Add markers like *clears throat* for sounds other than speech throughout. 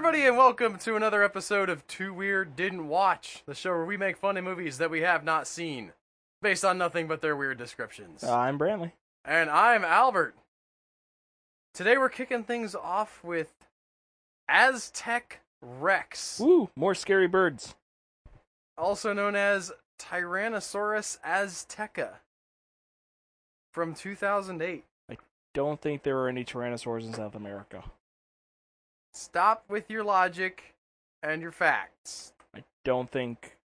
welcome to another episode of Too Weird Didn't Watch, the show where we make fun of movies that we have not seen, based on nothing but their weird descriptions. Uh, I'm Brantley. and I'm Albert. Today we're kicking things off with Aztec Rex, Woo! More scary birds. also known as Tyrannosaurus azteca, from 2008. Don't think there were any tyrannosaurs in South America. Stop with your logic and your facts. I don't think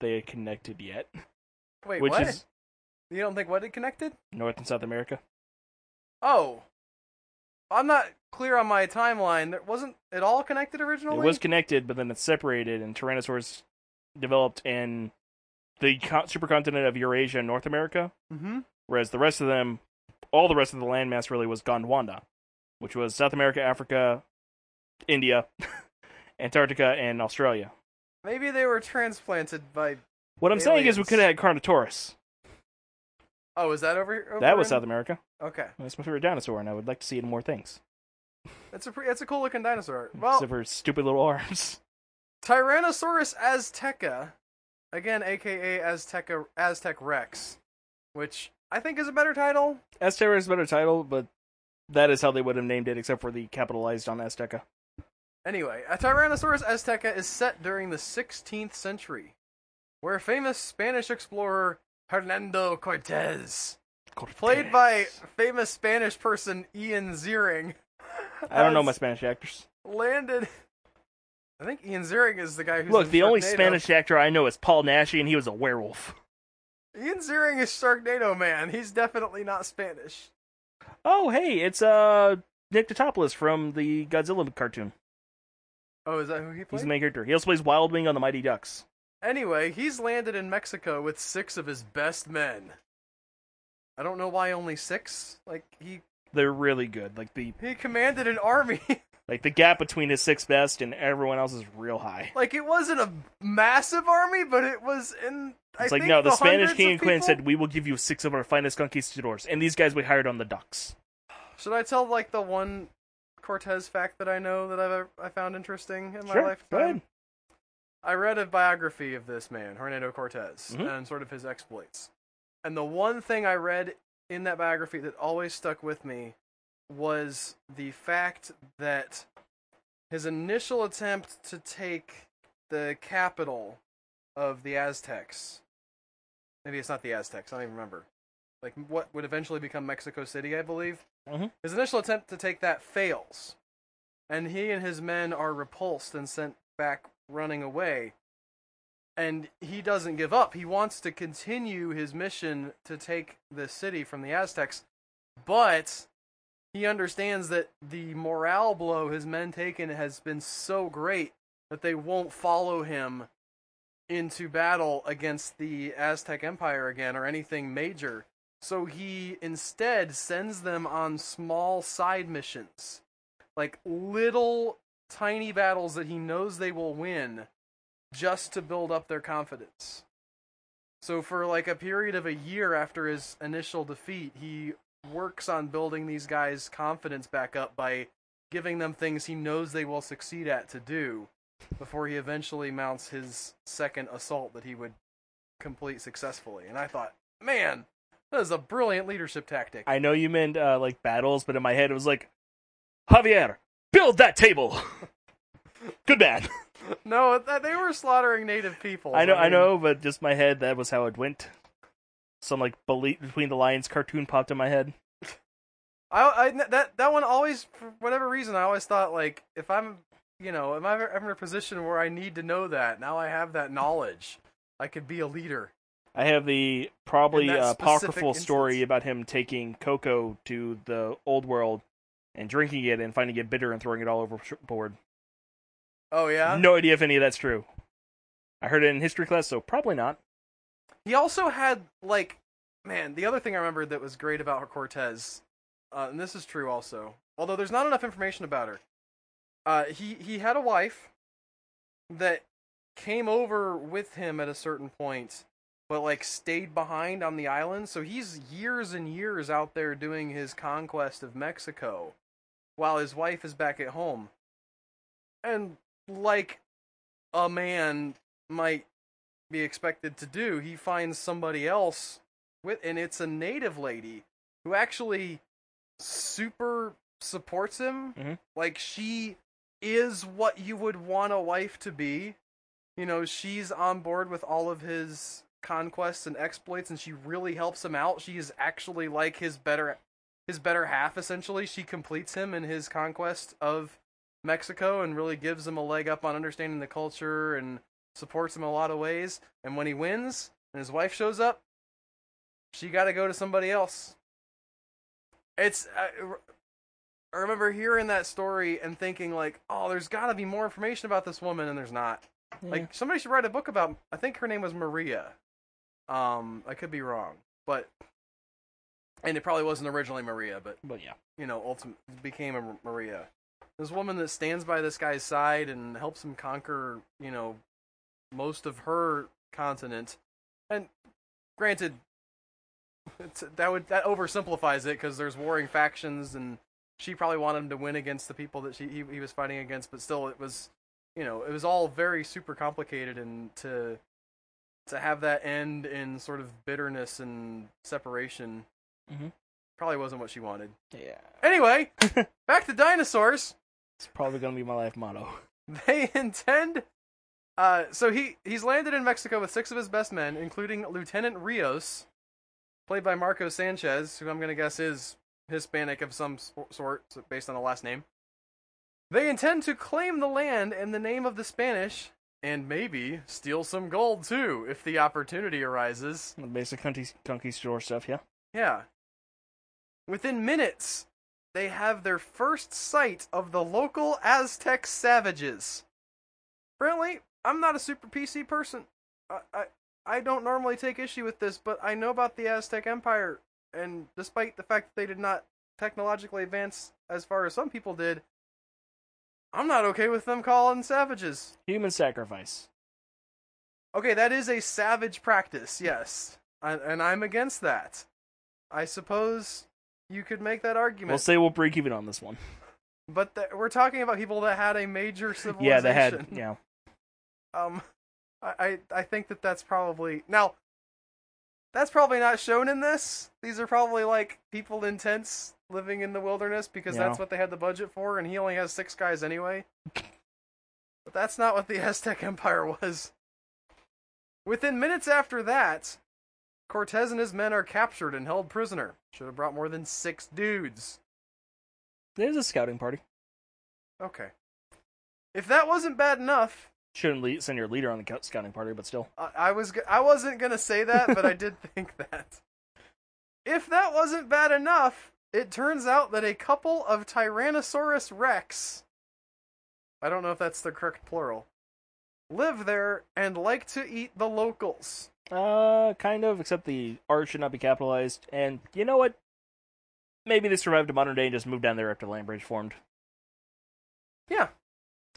they connected yet. Wait, which what? is You don't think what it connected? North and South America. Oh. I'm not clear on my timeline. There wasn't it all connected originally? It was connected, but then it's separated, and tyrannosaurs developed in the co- supercontinent of Eurasia and North America, mm-hmm. whereas the rest of them, all the rest of the landmass really was Gondwana, which was South America, Africa, India, *laughs* Antarctica, and Australia. Maybe they were transplanted by What I'm saying is we Aliens. could have had Carnotaurus. Oh, is that over here? Over That was in- South America. Okay. That's my favorite dinosaur, and I would like to see it in more things. That's a pretty, that's a cool looking dinosaur. Well, Except for its stupid little *laughs* arms. Tyrannosaurus azteca, again aka Azteca Aztec Rex, which I think is a better title. Azteca is a better title, but that is how they would have named it, except for the capitalized on Azteca. Anyway, a Tyrannosaurus azteca is set during the 16th century, where famous Spanish explorer Hernando Cortez, played by *laughs* famous Spanish person Ian Ziering, I don't know has my Spanish actors. landed. I think Ian Ziering is the guy who's Look, in the only Sharknado. Spanish actor I know is Paul Nashy, and he was a werewolf. Ian Ziering is Sharknado man. He's definitely not Spanish. Oh, hey, it's uh Nick Totopoulos from the Godzilla cartoon. Oh, is that who he He's plays? the main character. He also plays Wild Wing on the Mighty Ducks. anyway, he's landed in Mexico with six of his best men. I don't know why only six. Like he They're really good. Like the he commanded an army. *laughs* like the gap between his sixth best and everyone else is real high. like it wasn't a massive army, but it was in. I It's like think no, the, the hundreds Spanish of king and queen people- said, "We will give you six of our finest conquistadors," and these guys we hired on the docks. Should I tell like the one Cortez fact that I know that I've I found interesting in my lifetime? go ahead. I read a biography of this man, Hernando Cortez, Mhm. and sort of his exploits. And the one thing I read in that biography that always stuck with me was the fact that his initial attempt to take the capital of the Aztecs. Maybe it's not the Aztecs, I don't even remember. Like what would eventually become Mexico City, I believe. Mhm. His initial attempt to take that fails and he and his men are repulsed and sent back running away. And he doesn't give up. He wants to continue his mission to take the city from the Aztecs, but he understands that the morale blow his men taken has been so great that they won't follow him into battle against the Aztec Empire again or anything major. So he instead sends them on small side missions like little tiny battles that he knows they will win just to build up their confidence. So for like a period of a year after his initial defeat, he works on building these guys' confidence back up by giving them things he knows they will succeed at to do before he eventually mounts his second assault that he would complete successfully. And I thought, man, that is a brilliant leadership tactic. I know you meant uh, like battles, but in my head it was like, Javier, build that table. *laughs* Good man. no, that, they were slaughtering native people. I know, I mean- know, but just my head that was how it went. Some like belie- between the lions cartoon popped in my head. I, I that that one always for whatever reason I always thought like if I'm you know if I'm ever in a position where I need to know that now I have that knowledge I could be a leader. I have the probably In that uh, specific apocryphal story instance. about him taking cocoa to the old world and drinking it and finding it bitter and throwing it all overboard. Oh yeah. No idea if any of that's true. I heard it in history class, so probably not. He also had like man the other thing I remembered that was great about Cortez, uh, and this is true also although there's not enough information about her. Uh, he he had a wife that came over with him at a certain point but like stayed behind on the island. So he's years and years out there doing his conquest of Mexico while his wife is back at home. And like a man might be expected to do. He finds somebody else with, and it's a native lady who actually super supports him. Mhm. Like she is what you would want a wife to be. You know, she's on board with all of his conquests and exploits, and she really helps him out. She is actually like his better his better half essentially. She completes him in his conquest of Mexico and really gives him a leg up on understanding the culture and supports him in a lot of ways. And when he wins and his wife shows up, she got to go to somebody else. It's I, I remember hearing that story and thinking like, oh, there's got to be more information about this woman, and there's not. Like somebody should write a book about. I think her name was Maria. Um, I could be wrong, but and it probably wasn't originally Maria, but but yeah, you know, ultimately became a M- Maria. This woman that stands by this guy's side and helps him conquer, you know, most of her continent. And granted, *laughs* it's, that would that oversimplifies it because there's warring factions, and she probably wanted him to win against the people that she he, he was fighting against. But still, it was, you know, it was all very super complicated, and to to have that end in sort of bitterness and separation Mhm. probably wasn't what she wanted. yeah, Anyway, back to dinosaurs. *laughs* it's probably gonna be my life motto. *laughs* They intend. Uh, so he he's landed in Mexico with six of his best men, including Lieutenant Rios, played by Marco Sanchez, who I'm gonna guess is Hispanic of some s- sort, so- based on the last name. They intend to claim the land in the name of the Spanish, and maybe steal some gold too, if the opportunity arises. The basic conquis- conquistador stuff. Yeah, Yeah. Within minutes, they have their first sight of the local Aztec savages. Apparently, I'm not a super PC person. I, I I don't normally take issue with this, but I know about the Aztec Empire, and despite the fact that they did not technologically advance as far as some people did, I'm not okay with them calling savages. human sacrifice. Okay, that is a savage practice, yes. And, and I'm against that. I suppose you could make that argument. We'll say we'll break even on this one. but th- we're talking about people that had a major civilization. *laughs* Yeah, they had. Yeah, Um, I, I, I think that that's probably. Now, that's probably not shown in this. These are probably like people in tents living in the wilderness because Yeah. that's what they had the budget for, and he only has six guys anyway. But that's not what the *laughs* Aztec Empire was. Within minutes after that, Cortez and his men are captured and held prisoner. Should have brought more than six dudes. there's a scouting party. Okay. If that wasn't bad enough, Shouldn't le- send your leader on the cou- scouting party, but still. I, I was g- I wasn't gonna say that, but I did think that. If that wasn't bad enough, it turns out that a couple of Tyrannosaurus Rex, I don't know if that's the correct plural, live there and like to eat the locals. Uh, kind of, except the art should not be capitalized. And you know what? Maybe they survived to modern day and just moved down there after land bridge formed. Yeah,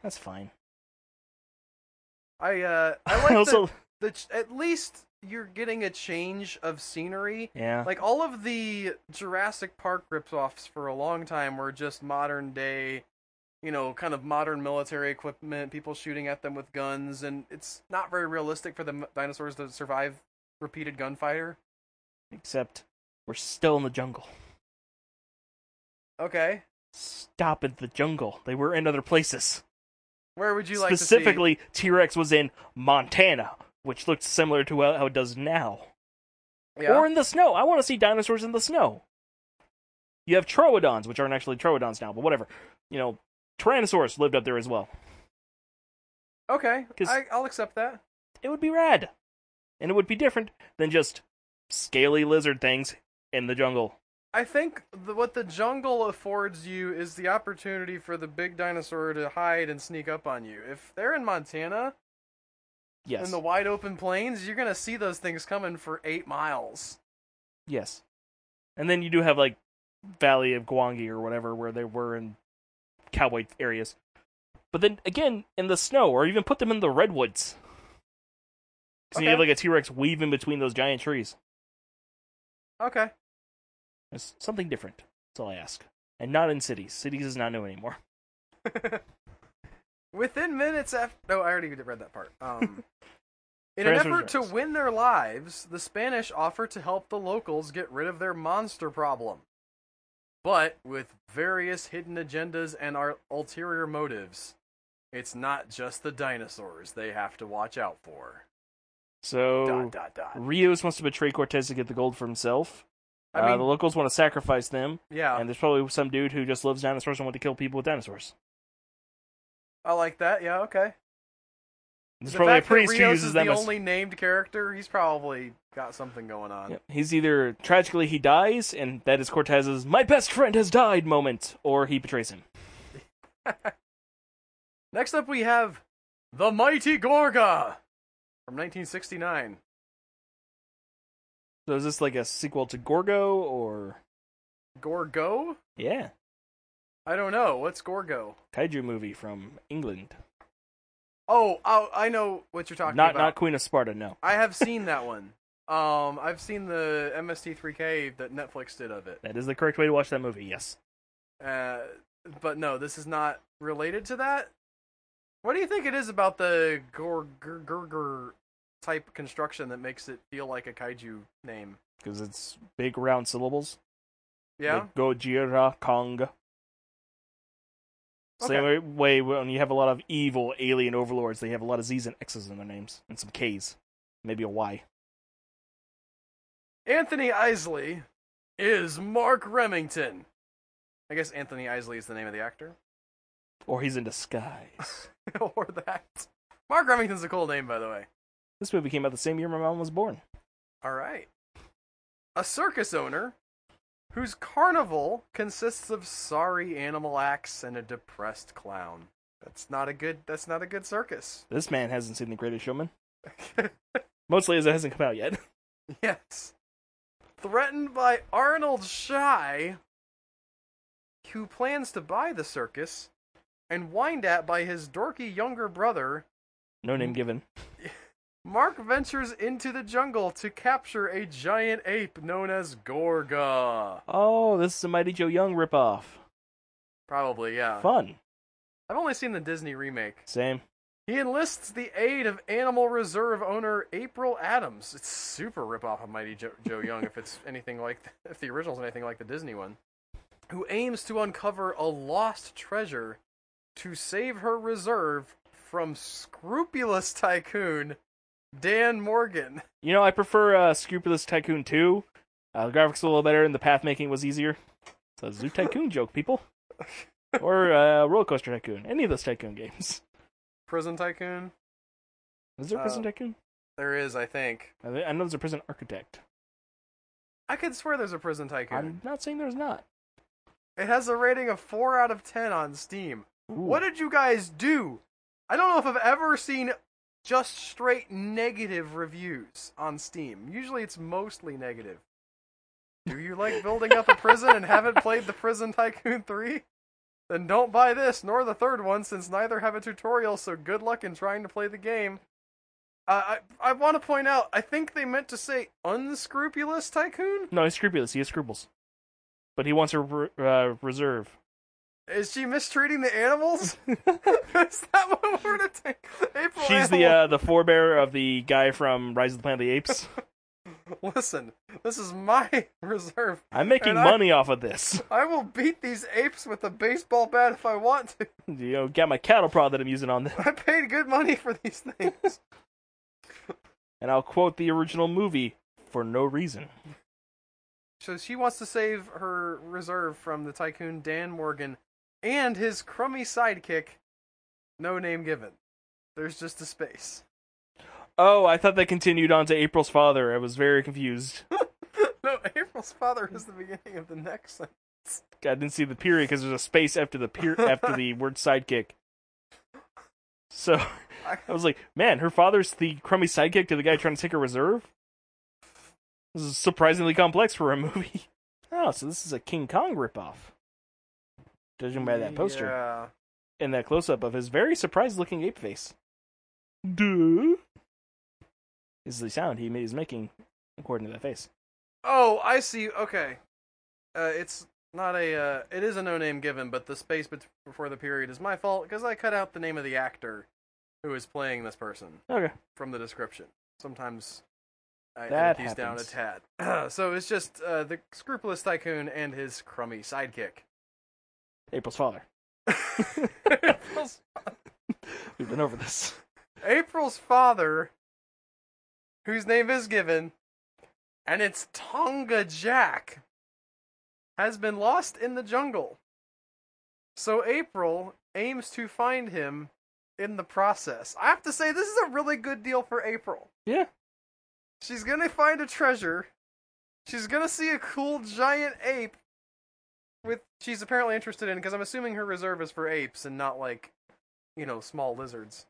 That's fine. I uh I *laughs* like also, the, the ch- at least you're getting a change of scenery. yeah, *laughs* Like all of the Jurassic Park rip-offs for a long time were just modern day, you know, kind of modern military equipment, people shooting at them with guns, and it's not very realistic for the m- dinosaurs to survive repeated gunfire. except we're still in the jungle. Okay, Stop at the jungle. They were in other places. where would you like Specifically, T Rex was in Montana, which looked similar to how how it does now. to see? Yeah. Or in the snow. I want to see dinosaurs in the snow. You have troodons, which aren't actually troodons now, but whatever. You know, Tyrannosaurus lived up there as well. okay, 'Cause- I, I'll accept that. It would be rad. And it would be different than just scaly lizard things in the jungle. I think the, what the jungle affords you is the opportunity for the big dinosaur to hide and sneak up on you. If they're in Montana, Yes. in the wide open plains, you're gonna see those things coming for eight miles. Yes. And then you do have like Valley of Gwangi or whatever where they were in cowboy areas. But then again, in the snow, or even put them in the redwoods. Because you have Okay. like a T Rex weaving between those giant trees. Okay. *laughs* It's something different. That's all I ask. And not in cities. Cities is not new anymore. Within minutes after, no, I already read that part. *laughs* Um, in an Transfer effort to drugs. win their lives, the Spanish offer to help the locals get rid of their monster problem, but with various hidden agendas and our ulterior motives. It's not just the dinosaurs they have to watch out for. So Dot dot dot. Rios wants to betray Cortez to get the gold for himself. I uh, mean, the locals want to sacrifice them, yeah, and there's probably some dude who just loves dinosaurs and want to kill people with dinosaurs. I like that. Yeah, okay. There's The probably a fact that priest who Rios uses is them the as only named character. He's probably got something going on. Yeah, He's either tragically he dies, and that is Cortez's "my best friend has died" moment, or he betrays him. Next up, we have The Mighty Gorga from 1969. So is this like a sequel to Gorgo, or Gorgo? yeah, I don't know. What's Gorgo? kaiju movie from England? Oh, oh I know what you're talking Not about. not Queen of Sparta, no. I have seen that one. Um, I've seen the MST3K that Netflix did of it. That is the correct way to watch that movie. Yes, Uh, but no, this is not related to that. What do you think it is about the Gorger type construction that makes it feel like a kaiju name? because it's big round syllables. Yeah. Like Gojira Kong. Same Okay. way when you have a lot of evil alien overlords, they have a lot of Z's and X's in their names, and some K's, maybe a Y. Anthony Isley is Mark Remington. I guess Anthony Isley is the name of the actor. *laughs* Or he's in disguise. or that. Mark Remington's a cool name, by the way. This movie came out the same year my mom was born. All right. A circus owner whose carnival consists of sorry animal acts and a depressed clown. That's not a good that's not a good circus. *laughs* This man hasn't seen The Greatest Showman. Mostly as it hasn't come out yet. *laughs* yes. Threatened by Arnold Shy, who plans to buy the circus and whined at by his dorky younger brother, No Mm. name given. Mark ventures into the jungle to capture a giant ape known as Gorga. Oh, this is a Mighty Joe Young ripoff. Probably, yeah. Fun. I've only seen the Disney remake. Same. He enlists the aid of Animal Reserve owner April Adams. It's super ripoff of Mighty Joe, Joe Young if it's *laughs* anything like if the original's anything like the Disney one. Who aims to uncover a lost treasure to save her reserve from scrupulous tycoon Dan Morgan. You know, I prefer uh, Scrupulous Tycoon 2. Uh, the graphics a little better and the path making was easier. It's *laughs* a Zoo Tycoon joke, people. Or uh, Roller Coaster Tycoon. Any of those Tycoon games. Prison tycoon? Is there a Prison Uh, Tycoon? There is, I think. I I know there's a Prison Architect. I could swear there's a prison tycoon. I'm not saying there's not. It has a rating of 4 out of 10 on Steam. Ooh. What did you guys do? I don't know if I've ever seen just straight negative reviews on Steam. Usually it's mostly negative. Do you like building up a prison and haven't played the Prison Tycoon 3? Then don't buy this nor the third one since neither have a tutorial, so good luck in trying to play the game. Uh, I I want to point out I think they meant to say unscrupulous tycoon. No, he's scrupulous. He has scruples. But he wants a re- uh, reserve. Is she mistreating the *laughs* animals? *laughs* Is that what we're to take? April She's the Animal- uh, the forebearer of the guy from Rise of the Planet of the Apes. Listen, this is my *laughs* reserve. I'm making And I- money off of this. *laughs* I will beat these apes with a baseball bat if I want to. *laughs* You know, got my cattle prod that I'm using on this, I paid good money for these things. and I'll quote the original movie for no reason. so she wants to save her reserve from the tycoon Dan Morgan and his crummy sidekick, no name given. There's just a space. *laughs* Oh, I thought that continued on to April's father. I was very confused. No, April's father is the beginning of the next thing. I didn't see the period because there's a space after the per- after the word sidekick. So I- I was like, man, her father's the crummy sidekick to the guy trying to take her reserve. This is surprisingly complex for a movie. *laughs* Oh, so this is a King Kong ripoff. Judging by that poster Yeah. and that close up of his very surprised looking ape face. Duh. Is the sound he ma- is making according to that face. Oh, I see. Okay. Uh, it's not a. Uh, it is a no name given, but the space bet- before the period is my fault because I cut out the name of the actor who is playing this person Okay. from the description. Sometimes I That edit these down a happens. tad. *clears throat* so it's just uh, the scrupulous tycoon and his crummy *laughs* sidekick. *laughs* April's father. *laughs* April's, We've been over this. April's father, whose name is given, and it's Tonga Jack, has been lost in the jungle. So April aims to find him in the process. I have to say, this is a really good deal for April. Yeah. She's gonna find a treasure. She's gonna see a cool giant ape. With she's apparently interested in because I'm assuming her reserve is for apes and not like, you know, small lizards.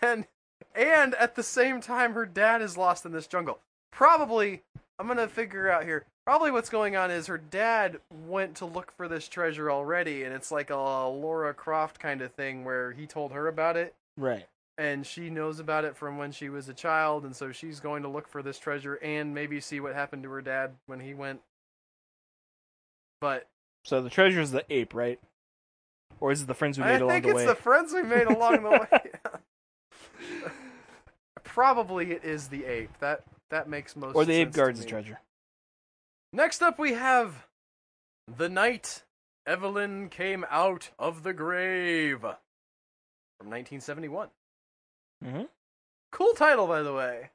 and and at the same time, her dad is lost in this jungle. Probably, I'm gonna figure out here. Probably what's going on is her dad went to look for this treasure already, and it's like a Laura Croft kind of thing where he told her about it, Right. and she knows about it from when she was a child and so she's going to look for this treasure and maybe see what happened to her dad when he went but So the treasure is the ape, right? Or is it the friends we made i along think the it's way? the friends we made along the *laughs* way *laughs* probably it is the ape that that makes most or the ape sense to guards the me. treasure. next up we have the night evelyn came out of the grave from 1971 Mm-hmm. cool title by the way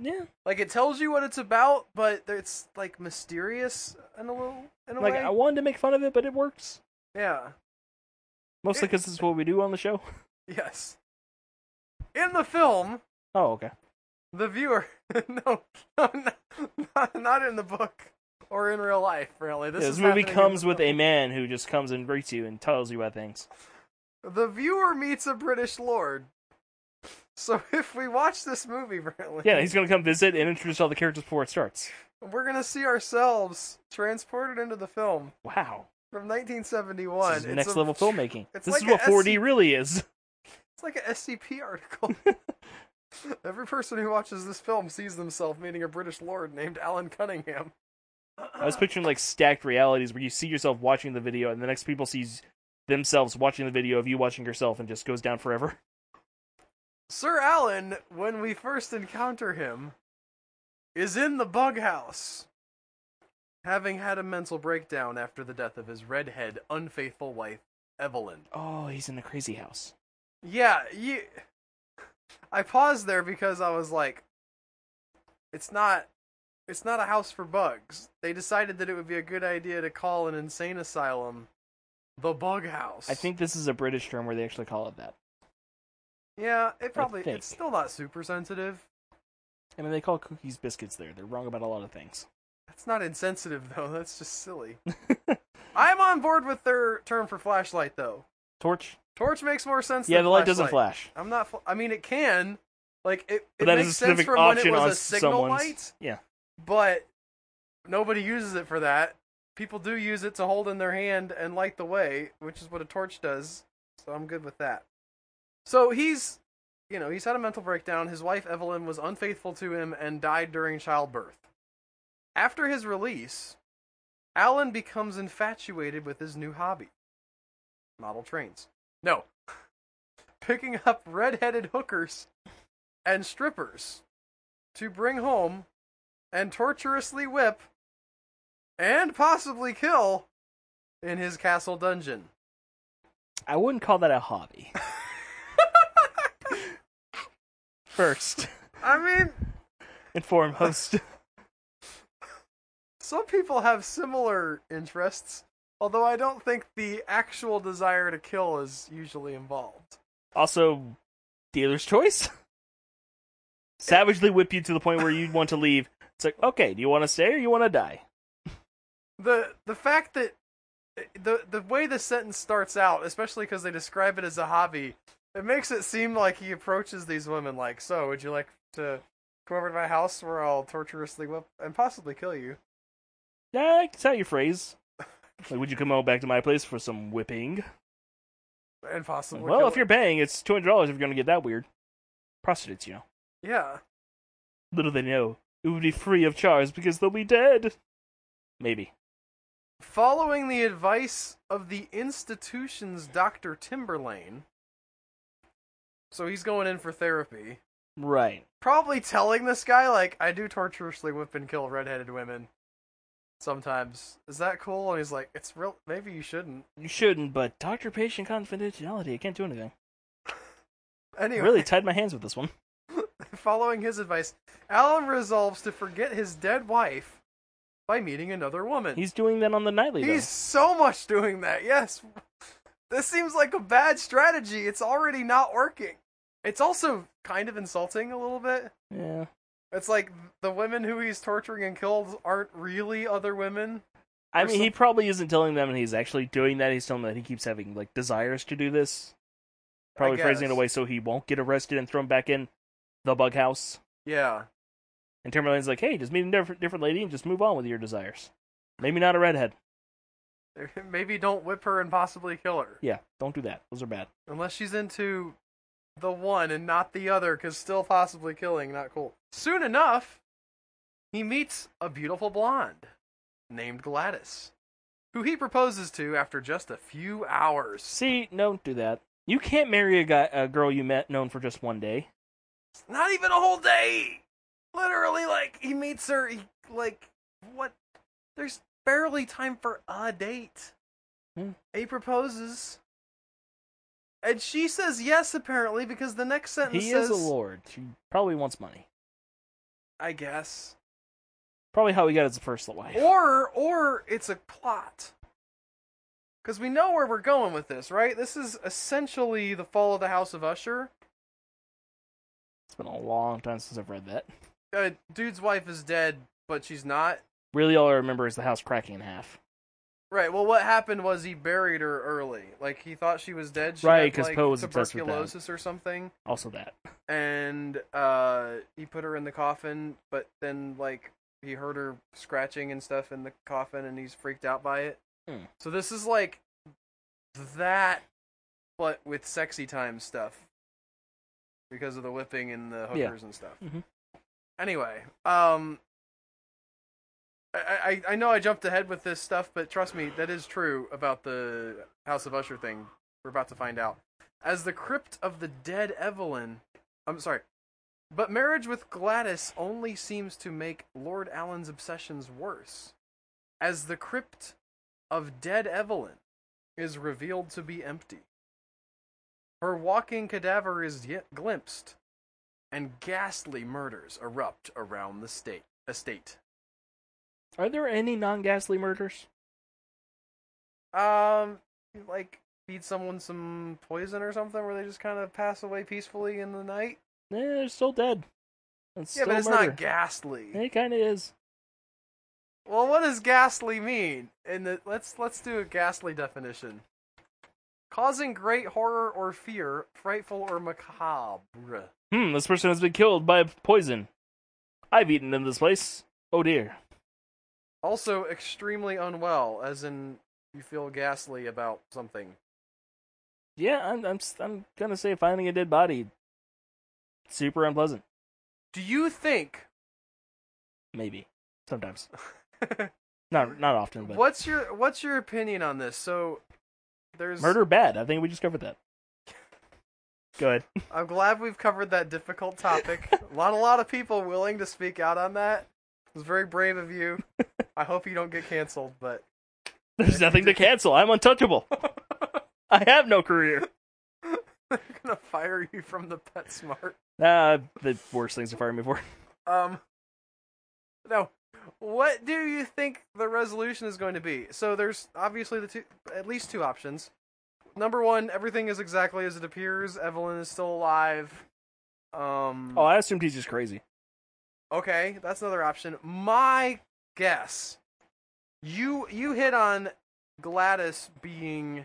Yeah. Like it tells you what it's about, but it's like mysterious in a little in a Like way. I wanted to make fun of it, but it works. yeah. Mostly because this is what we do on the show. *laughs* Yes. In the film, Oh, okay. the viewer *laughs* no, no, no not, not in the book or in real life. Really, this, this is movie happening in comes the with a film. man who just comes and greets you and tells you about things. The viewer meets a British lord. So *laughs* if we watch this movie, really, Yeah, he's gonna come visit and introduce all the characters before it starts. we're gonna see ourselves transported into the film Wow. from 1971. This is It's next a- level filmmaking. it's This like is what a 4D really is. *laughs* It's like an SCP *laughs* article. Every person who watches this film sees themselves meeting a British lord named Alan Cunningham. *laughs* I was picturing like stacked realities where you see yourself watching the video and the next people sees themselves watching the video of you watching yourself and just goes down forever. *laughs* Sir Alan, when we first encounter him, is in the bug house, having had a mental breakdown after the death of his redhead, unfaithful wife, Evelyn. Oh, he's in a crazy house. Yeah, you. I paused there because I was like, it's not, it's not a house for bugs. They decided that it would be a good idea to call an insane asylum, the Bug House. I think this is a British term where they actually call it that. Yeah, it probably. think. It's still not super sensitive. I mean, they call cookies biscuits there. They're wrong about a lot of things. That's not insensitive *laughs* though. That's just *laughs* silly. I'm on board with their term for flashlight though. Torch? Torch makes more sense. yeah, than the light doesn't flashlight. flash. I'm not. Fl- I mean, it can. Like it. But it that makes is a sense specific from when it option was on a signal someone's. light. Yeah. but nobody uses it for that. People do use it to hold in their hand and light the way, which is what a torch does. So I'm good with that. So he's, you know, he's had a mental breakdown. His wife Evelyn was unfaithful to him and died during childbirth. After his release, Alan becomes infatuated with his new hobby model trains. No, *laughs* picking up red-headed hookers and strippers to bring home and torturously whip and possibly kill in his castle dungeon. I wouldn't call that a *laughs* hobby. First, I mean, inform host. some people have similar interests, although I don't think the actual desire to kill is usually involved. Also, dealer's choice. Savagely whip you to the point where you want to leave. It's like, okay, do you want to stay or you want to die? the The fact that the the way the sentence starts out, especially because they describe it as a hobby, it makes it seem like he approaches these women like, "So, would you like to come over to my house where I'll torturously whip and possibly kill you?" Yeah, that's how you phrase. Like, would you come on back to my place for some whipping? And possibly. well, kill if you're paying, it's two hundred dollars. If you're gonna get that weird, prostitutes, you know. yeah. Little they know, it would be free of charge because they'll be dead. Maybe. Following the advice of the institution's Dr. Timberlane, so he's going in for therapy, Right. probably telling this guy, like, I do torturously whip and kill redheaded women sometimes. Is that cool? And he's like, it's real, maybe you shouldn't. You shouldn't, but doctor patient confidentiality, I can't do anything. Anyway. Really tied my hands with this one. *laughs* Following his advice, Alan resolves to forget his dead wife by meeting another woman. He's doing that on the nightly. though. He's so much doing that, yes. This seems like a bad strategy. It's already not working. It's also kind of insulting a little bit. Yeah. It's like the women who he's torturing and killed aren't really other women. I Or mean, he probably isn't telling them he's actually doing that. He's telling them that he keeps having like desires to do this. Probably phrasing it guess. away so he won't get arrested and thrown back in the bug house. Yeah. *laughs* And Timberlane's like, "Hey, just meet a different, different lady and just move on with your desires. Maybe not a redhead. Maybe don't whip her and possibly kill her. Yeah, don't do that. Those are bad. Unless she's into the one and not the other, because still possibly killing, not cool. Soon enough, he meets a beautiful blonde named Gladys, who he proposes to after just a few hours. See, don't do that. You can't marry a guy, a girl you met known for just one day. Not even a whole day! Literally, like, he meets her, he, like, what? There's barely time for a date. Hmm. He proposes. And she says yes, apparently, because the next sentence He says, is a lord. She probably wants money. I guess. Probably how he got his first wife. or or it's a plot because we know where we're going with this right this is essentially the fall of the house of usher It's been a long time since I've read that. uh, dude's wife is dead but she's not Really, all I remember is the house cracking in half. right well what happened was he buried her early like he thought she was dead she Right, had, 'cause like, Poe was obsessed with that. tuberculosis or something Also, that. and uh he put her in the coffin but then like he heard her scratching and stuff in the coffin and he's freaked out by it Hmm. so this is like that but with sexy time stuff because of the whipping and the Yeah. hookers and stuff Mhm. anyway um I, I I know I jumped ahead with this stuff, but trust me, that is true about the House of Usher thing. We're about to find out. As the crypt of the dead Evelyn, I'm sorry, but marriage with Gladys only seems to make Lord Allen's obsessions worse, as the crypt of dead Evelyn is revealed to be empty. Her walking cadaver is yet glimpsed, and ghastly murders erupt around the state estate. Are there any non-ghastly murders? Um, like feed someone some poison or something, where they just kind of pass away peacefully in the night. Eh, they're still dead. It's yeah, still but it's murder. not ghastly. It kind of is. Well, what does ghastly mean? And the, let's let's do a ghastly definition. Causing great horror or fear, frightful or macabre. Hmm, this person has been killed by poison. I've eaten in this place. Oh dear. Also extremely unwell, as in you feel ghastly about something. Yeah, I'm I'm s- I'm gonna say finding a dead body. Super unpleasant, Do you think? maybe sometimes. *laughs* *laughs* Not not often, but what's your what's your opinion on this? So there's murder bad. I think we *laughs* just covered that. Good. I'm glad we've covered that difficult *laughs* topic. not a lot of people willing to speak out on that. It was very brave of *laughs* you. I hope you don't get canceled, but There's nothing to cancel. I'm untouchable. I have *laughs* no career. they're gonna fire you from the PetSmart. Uh, the worst things to fire me for. Um, no. What do you think the resolution is going to be? So there's obviously the two, at least two options. Number one, everything is exactly as it appears. Evelyn is still alive. Um, Oh, I assumed he's just crazy. Okay, that's another option. My guess, you you hit on Gladys being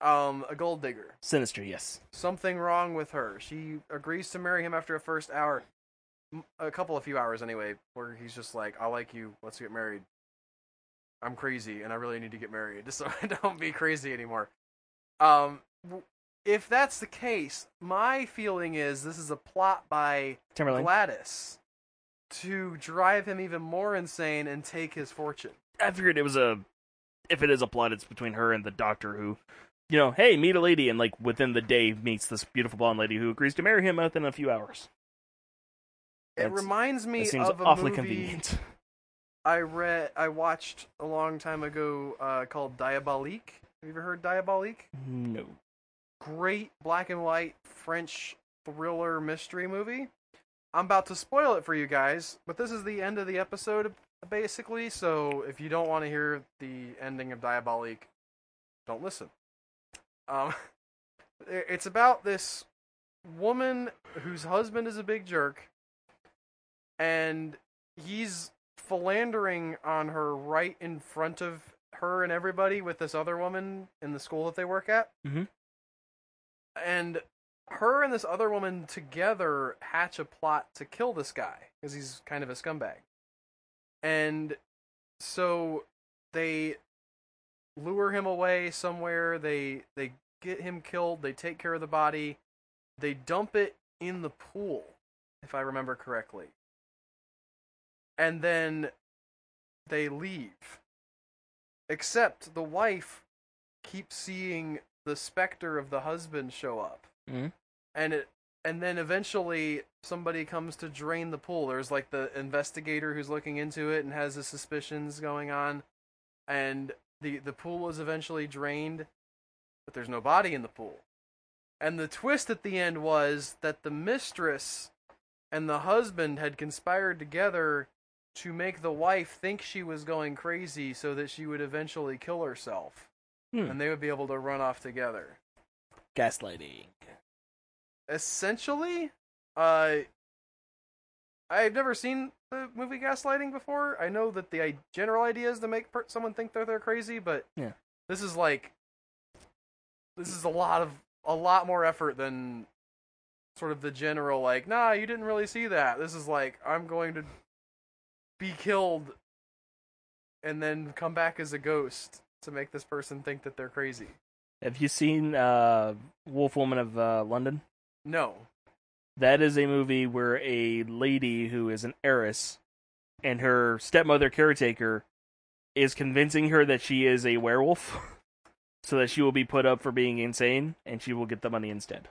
um a gold digger. Sinister, yes. Something wrong with her. She agrees to marry him after a first hour, m- a couple of few hours anyway, where he's just like, "I like you. Let's get married." I'm crazy, and I really need to get married, *laughs* so I don't be crazy anymore. Um, w- if that's the case, my feeling is this is a plot by Timberlane. Gladys to drive him even more insane and take his fortune. I figured it was a if it is a plot, it's between her and the doctor who, you know, hey, meet a lady, and like within the day meets this beautiful blonde lady who agrees to marry him within a few hours. It That's- reminds me It seems of a awfully movie convenient. *laughs* I read, I watched a long time ago uh, called Diabolique. Have you ever heard Diabolique? No. Great black and white French thriller mystery movie. I'm about to spoil it for you guys, but this is the end of the episode, basically. So if you don't want to hear the ending of Diabolique, don't listen. Um, *laughs* it- it's about this woman whose husband is a big jerk, and he's philandering on her right in front of her and everybody with this other woman in the school that they work at. Mhm. And her and this other woman together hatch a plot to kill this guy because he's kind of a scumbag. And so they lure him away somewhere. They they get him killed. They take care of the body. They dump it in the pool, if I remember correctly. And then they leave. Except the wife keeps seeing the specter of the husband show up. Mhm. And it and then eventually somebody comes to drain the pool. There's like the investigator who's looking into it and has his suspicions going on. And the the pool is eventually drained, but there's no body in the pool. And the twist at the end was that the mistress and the husband had conspired together to make the wife think she was going crazy so that she would eventually kill herself Hmm. and they would be able to run off together. Gaslighting. Essentially, uh, I've never seen the movie Gaslighting before. I know that the I- general idea is to make per- someone think that they're crazy, but Yeah. this is like this is a lot of a lot more effort than sort of the general like, nah, you didn't really see that. This is like I'm going to be killed and then come back as a ghost to make this person think that they're crazy. Have you seen uh, Wolf Woman of uh, London? No, That is a movie where a lady who is an heiress and her stepmother caretaker is convincing her that she is a werewolf *laughs* so that she will be put up for being insane and she will get the money instead.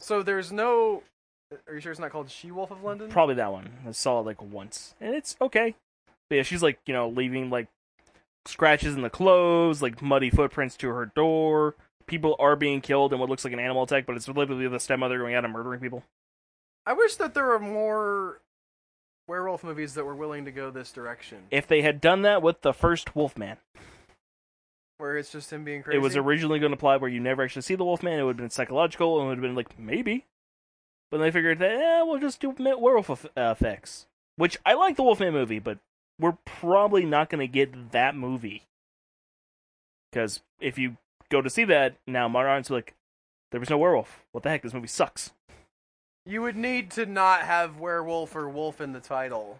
So there's no. Are you sure it's not called She Wolf of London? Probably that one. I saw it like once. And it's okay. But yeah, she's like, you know, leaving like scratches in the clothes, like muddy footprints to her door. People are being killed in what looks like an animal attack, but it's literally the stepmother going out and murdering people. I wish that there were more werewolf movies that were willing to go this direction, If they had done that with the first Wolfman, where it's just him being crazy. It was originally going to apply where you never actually see the Wolfman. It would have been psychological, and it would have been like maybe. But they figured that eh, we'll just do ma- werewolf eff- uh, effects, which I like the Wolfman movie, but we're probably not going to get that movie because if you go to see that now, modern audience will be like, there was no werewolf. What the heck? This movie sucks. You would need to not have werewolf or wolf in the title.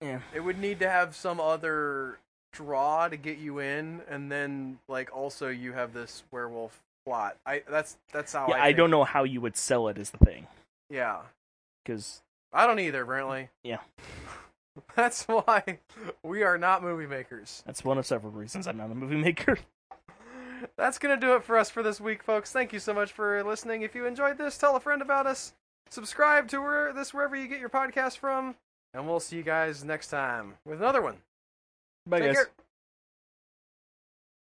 Yeah. It would need to have some other draw to get you in, and then like also you have this werewolf plot. I that's that's how yeah, I. Oh, I, think. don't know how you would sell it is the thing Yeah, because I don't either. Apparently. Yeah. *laughs* That's why we are not movie makers. that's one of several reasons I'm not a movie maker. That's going to do it for us for this week, folks. Thank you so much for listening. If you enjoyed this, tell a friend about us. Subscribe to where, this wherever you get your podcast from. And we'll see you guys next time with another one. Bye Take guys. care.